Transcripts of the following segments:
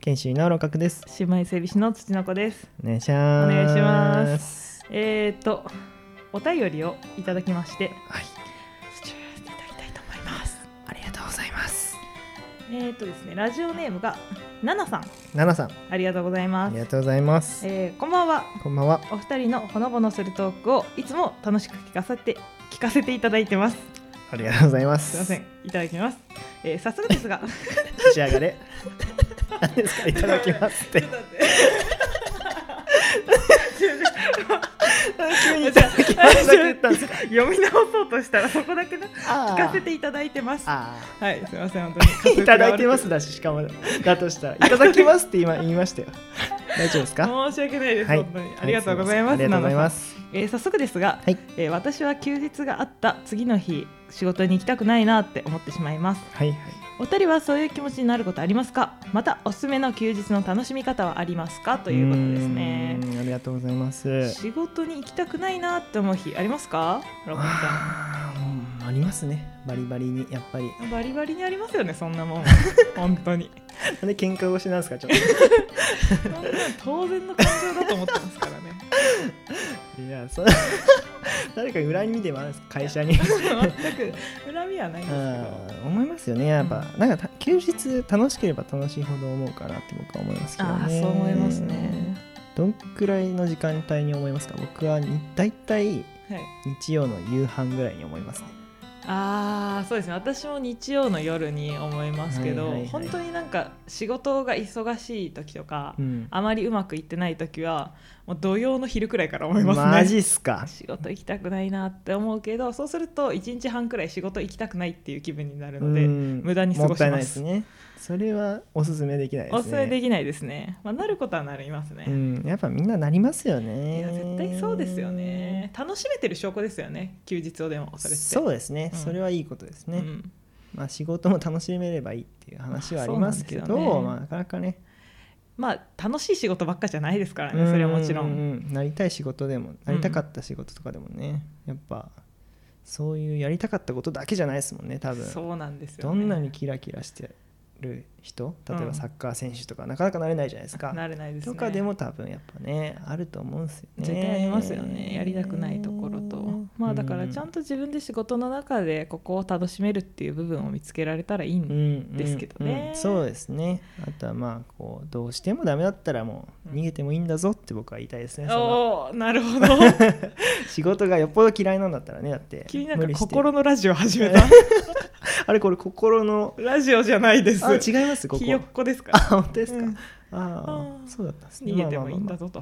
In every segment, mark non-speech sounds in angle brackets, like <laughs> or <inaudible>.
研修医の六角です。姉妹整理士の土の子ですお願いします。。お願いしますえー、とお便りをいただきましてはい。ちょっといただきたいと思いますありがとうございます。えー、とですねラジオネームがナナさんナナさん、ありがとうございあまりすがとうございます。えー、こんばんはこんばんは。お二人のほのぼのするトークをいつも楽しく聞かせて聞かせていただいてますありがとうございます。すいません。いただきます、えー、早速です <laughs> が仕上がれ。何ですかいただきますっちてょっ。と待って <laughs> すいません急にいただきますだけ言ったんですか。読み直そうとしたらそこだけな聞聞かせ。ていただいてますはああ。いすみません本当に滑舌が悪 <laughs> いただいてますだし、しかもだとしたら、いただきますって今言いましたよ。大丈夫ですか。申し訳ないです、本当にはありがとうございます、ありがとうございます。ナナさんえー早速ですが、はいえー私は休日があった次の日仕事に行きたくないなって思ってしまいますはいはい。お二人はそういう気持ちになることありますかまたおすすめの休日の楽しみ方はありますかということですねうーん。ありがとうございます。仕事に行きたくないなって思う日ありますかロコンさあーうんありますねバリバリにやっぱりんバリバリにありますよねそん <laughs> なもん本当になんで喧嘩腰なんですかちょっ <laughs> そんなの当然の感情だと思ってますからねといやそ <laughs> 誰か裏に見てもあるんですか会社に <laughs> 全く恨みはないんですけあ <laughs> どー思いますよねやっぱ、なんかた休日楽しければ楽しいほど思うかなって僕は思いますけどねああそう思いますねどんくらいの時間帯に思いますか僕はに大体はい日曜の夕飯ぐらいに思いますねああそうですね私も日曜の夜に思いますけど、はいはいはい本当になんか仕事が忙しい時とか、うんあまりうまくいってない時はもう土曜の昼くらいから思いますねマジっすか仕事行きたくないなって思うけどそうすると1日半くらい仕事行きたくないっていう気分になるので、うん無駄に過ごもっしますたいないですねそれはおすすめできないですねおすすめできないですね、まあ、なることはなりますね、うん、やっぱみんななりますよいね。や絶対そうですよね楽しめてる証拠ですよね休日をでもそれってそうですね、うんそれはいいことですね。うんまあ仕事も楽しめればいいっていう話はありますけそど、うなんですよねまあなかなかね、まあ楽しい仕事ばっかじゃないですからねそれはもちろうんうんんうんなりたい仕事でもなりたかった仕事とかでもね、やっぱそういうやりたかったことだけじゃないですもんね、多分。そうなんですよ、どね、んなにキラキラしてる人、例えうばんサッカー選手とかなかなかなれないじゃないですか。なれないですねとかでも多分やっぱねあると思うんですよね。絶対ありますよねやりたくないところとまあだからちゃんとと自分で仕事の中でここを楽しめるっていう部分を見つけられたらいいんですけどねうんうんそうですねあとはまあこうどうしてもダメだったらもう逃げてもいいんだぞって僕は言いたいですね、そのおおな <laughs> るほど仕事がよっぽど嫌いなんだったらねだって君なんか無理して心のラジオ始めたあれこれ心のラジオじゃないですあ違いますここひよっこですか <laughs> あ本当ですか、うんあああーそうだったんですね逃げてもいいんまあまあまあまあだぞと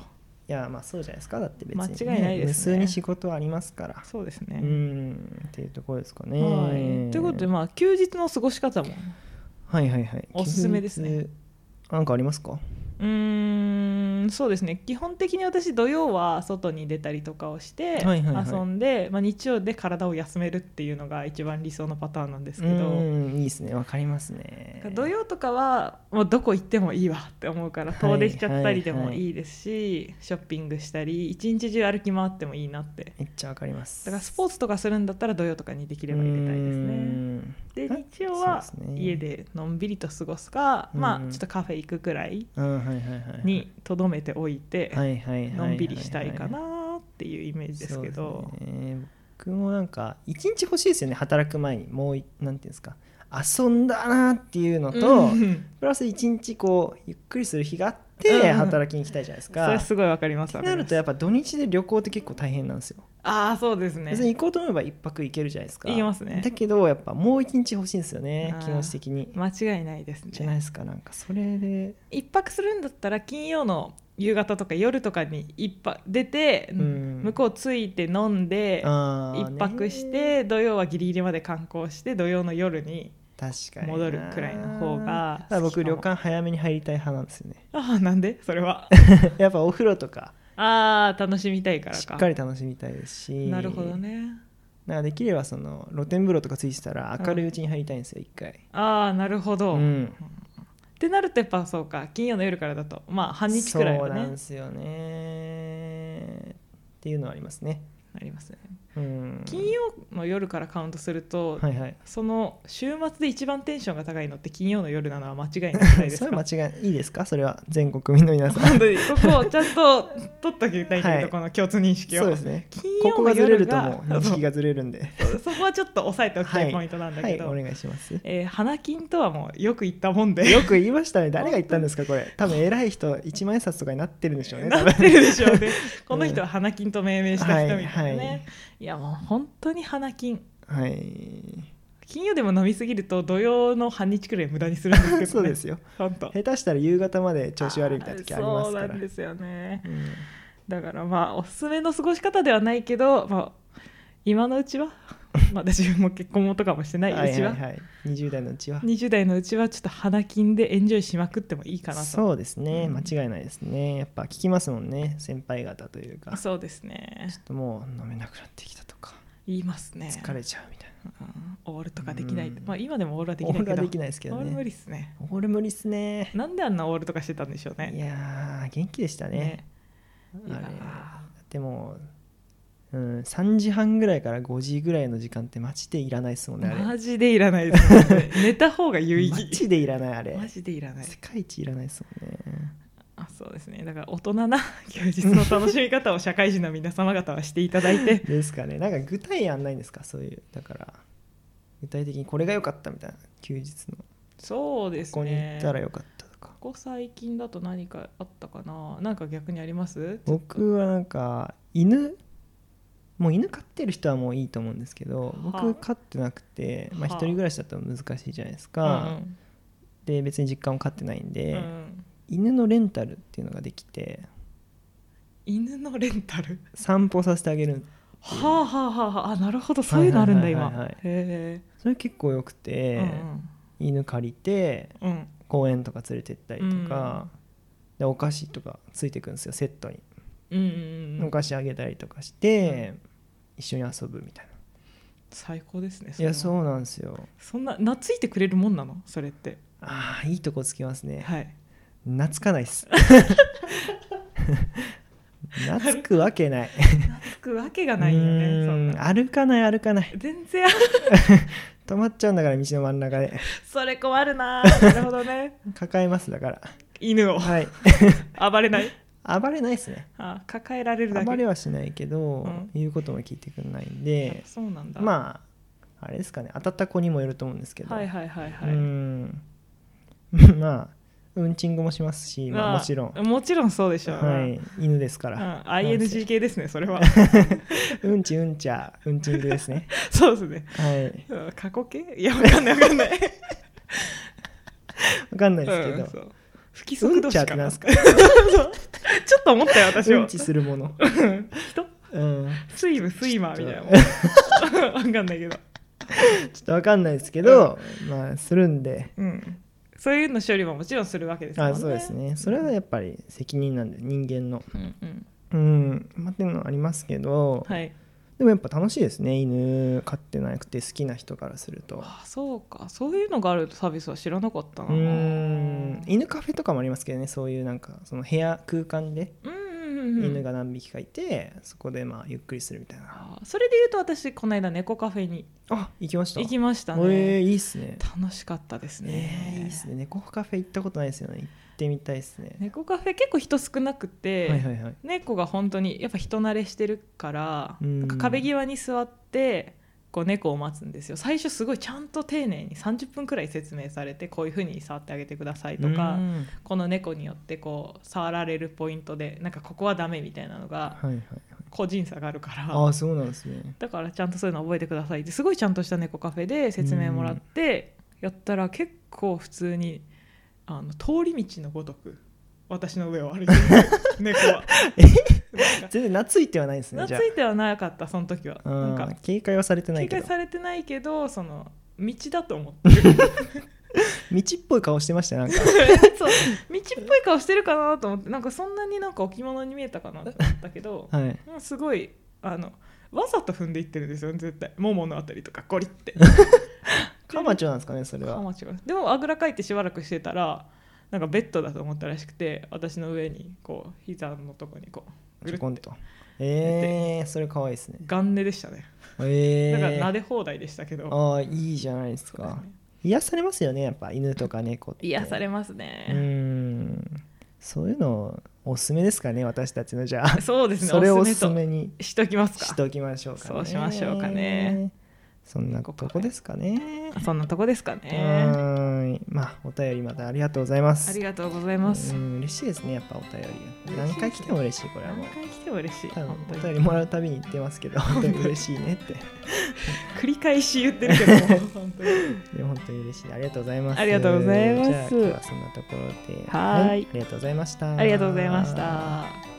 いやまあそうじゃないですかだって別に、間違いないですね無数に仕事はありますからそうですうねんっていうところですかねはいということでまあ休日の過ごし方もはいはいはいおすすめですね休日なんかありますかうーんそうですね基本的に私土曜は外に出たりとかをしてはいはいはい遊んで、まあ、日曜で体を休めるっていうのが一番理想のパターンなんですけど、うんいいですねわかりますね土曜とかはもうどこ行ってもいいわって思うから遠出しちゃったりでもいいですし、ショッピングしたり一日中歩き回ってもいいなってめっちゃわかりますだからスポーツとかするんだったら土曜とかにできツれば入れたいですね。ではい日曜はそうですね家でのんびりと過ごすか、うまんうあんちょっとカフェ行くくらいうんはいはいはいにとどめておいて、はいはいはいはいのんびりしたいかなっていうイメージですけどそうですね僕もなんか一日欲しいですよね働く前にもういなんていうんですか遊んだなっていうのと、うんプラス一日こうゆっくりする日があっうんうてん働きに行きたいじゃないですそれか、すごいわかりますってなるとやっぱぱ土日で旅行って結構大変なんですよ、ああそうですね別に行こうと思えば一泊行けるじゃないですか行けますねだけどやっぱもう一日欲しいんですよねあー気持ち的に間違いないですじゃないねですかなんかそれで一泊するんだったら金曜の夕方とか夜とかに一泊出て、ん向こう着いて飲んで一一泊して土曜はギリギリまで観光して土曜の夜に確かにな戻るくらいの方がただ好僕きかも旅館早めに入りたい派なんですよ <laughs> ねああなんでそれ <laughs> はやっぱお風呂とかああ楽しみたいからかしっかり楽しみたいですしなるほどねなんかできればその露天風呂とかついてたら明るいうちに入りたいんですよ一回ああなるほど、うんってなるとやっぱそうか金曜の夜からだとまあ半日くらいそうはなんねですよねっていうのはありますねありますねうん金曜の夜からカウントすると、はいはいその週末で一番テンションが高いのって金曜の夜なのは間違いないじゃないでそすれかは間違いいいですかそれは全国民の皆さん本当にここをちゃんと取っときたいけど、はいこの共通認識をそうですね <laughs> 金こ曜このがずれ夜るとがもう認識がずれるんでそうそこはちょっと押さえておきたはいいポイント <laughs> なんだはけいど、お願いしますえー花金とはもうよく言ったもんでよく言いましたね誰が言ったんですかこれ多分偉い人一万円札とかになってるんでしょうね多 <laughs> な分ってるでしょ <laughs> うねこの人は花金と命名した人みたいなね、はいいはいやもう本当に花金はい金曜でも飲みすぎると土曜の半日くらい無駄にするんですけど、<laughs> ね、そうですよ本当下手したら夕方まで調子悪いみたいな時ありますかそうらなんですよねうんだからまあおすすめの過ごし方ではないけど、まあ、今のうちは <laughs> まだ自分も結婚もとかもしてないうちは,、はいはいはい、20代のうちは20代のうちはちょっと花金でエンジョイしまくってもいいかなとそうですね、うん間違いないですねやっぱ聞きますもんね先輩方というかちょそうですねっともう飲めなくなってきたとか言いますね疲れちゃうみたいな、うんオールとかできない、うんまあ今でもオールはできオなーいルけはどできないですけどオール無ね理っすねオール無理っすねなんであんなオールとかしてたんでしょうねいやー元気でしたねいあやれーだってもう、うん、3時半ぐらいから5時ぐらいの時間ってマジでいらないですもんねあれマジでいらないです本当 <laughs> に寝た方が有意マ義ジでいらないあれマジでいらない世界一いらないですもんねあそうですねだから大人な休日の楽しみ方を社会人の皆様方はしていただいてですかねなんか具体案ないんですかそういうだから具体的にこれが良かったみたいな休日の <laughs> そうでこすこに行ねったら良かったとかここ最近だと何かあったかななんか逆にあります僕はなんか犬もう犬飼ってる人はもういいと思うんですけどはあ僕飼ってなくて、まあ、一はあ人暮らしだと難しいじゃないですうか、んうんで別に実家も飼ってないんで、うん犬のレンタルっていうのができて犬のレンタル散歩させてあげるはあはあはあはああなるほどそういうのあるんだ今はいはいはいはいへえそれ結構よくて、犬借りてうんうん公園とか連れてったりとか、でお菓子とかついてくるんですよセットに、うんうんうおん菓子あげたりとかして、一緒に遊ぶみたいな最高ですねいやうそうなんですよそんな懐いてくれるもんなのそれってあーいいとこつきますね、はい懐かないっす懐くわけないつくわけがないよねそんうなん歩かない歩かない全然止まっちゃうんだから道の真ん中でそれ困るななるほど <laughs> ね抱えますだから犬をはい暴れない暴れないですね <laughs> あ抱えられるだけ暴れはしないけど、うん言うことも聞いてくれないんやっでぱそうなんだあまああれですかね当たった子にもよると思うんですけど、はいはいはいはうい、ん <laughs> まあうんちんこもしますし、まあまあもちろん、もちろんそうでしょうね、はい、犬ですかうん、ら、 ING 系ですねそれは <laughs> うんちうんちゃうんちんぐですねそうですねはいうん過去形いやわかんないわかん <laughs> ないわかんないですけうんどそ、う不う規則ん同ちゃっ士てかななんすか <laughs> そうちょっと思ったよ私うは、んちするも <laughs> の、うん人うん、スイムスイマーみたいなも <laughs> んわかんないけど、ちょっとわかんないですけど、まあするんでうん、そういうの処理ももちろんするわけですもんあねそうですねそれはやっぱり責任なんで人間のうんうんうんまあっていうのはありますけど、はいでもやっぱ楽しいですね犬飼ってなくて好きな人からするとあそうかそういうのがあるサービスは知らなかったなうーん犬カフェとかもありますけどねそういうなんかその部屋空間でうんうんうんうん犬が何匹かいて、そこでまあゆっくりするみたいなあーそれで言うと私この間猫カフェにあ行きました行きましたえーね、いいっすね楽しかったですね,、えーいいっすね猫カフェ行ったことないですよね行ってみたいですね猫カフェ結構人少なくて、はいはいはい猫が本当にやっぱ人慣れしてるからうんなんか壁際に座ってこう猫を待つんですよ最初すごいちゃんと丁寧に30分くらい説明されてこういうふうに触ってあげてくださいとか、うんこの猫によってこう触られるポイントでなんかここはダメみたいなのがはいはい個人差があるからああそうなんですねだからちゃんとそういうの覚えてくださいってすごいちゃんとした猫カフェで説明もらってやったら結構普通にあの通り道のごとく私の上を <laughs> 歩いてる猫は。なんか全然懐いてはないですねじゃ懐いてはなかったその時はあなんうかん警戒はされてない警け戒どされてないけどその道だと思 <laughs> ってる道っぽい顔してましたよなんか <laughs> そう道っぽい顔してるかなと思ってなんかそんなになんか置物に見えたかなと思ったけど <laughs> はいうんすごいあのわざと踏んでいってるんですよ絶対もものあたりとかゴリってカマチョなんですかねそれかはもしれないでもあぐらかいてしばらくしてたらなんかベッドだと思ったらしくて私の上にこう膝のとこにこうちょこんとえー、それ可愛いですねガン寝でしたねえだー、から撫で放題でしたけど、ああいいじゃないですそうでかすね癒されますよねやっぱ犬とか猫って癒されますうね、んそういうのおすすめですかね私たちのじ <laughs> ゃあそうですねそれをおおすすすすめめにとしときますしかときましょうかねそうしましょうかねそんなとこですかねそんなとこですかうねーんまあお便りまたありがとうございますありがとうございますうん嬉しいですねやっぱお便り嬉しいですね何回来ても嬉しいこれは何もう回来ても嬉しい多分本当おに便りもらうたびに言ってますけど本当に嬉しいねって繰り返し言ってるけど <laughs> も本当にでも本当に嬉しいありがとうございますありがとうございますじゃあ今日はそんなところではーいありがとうございましたありがとうございました。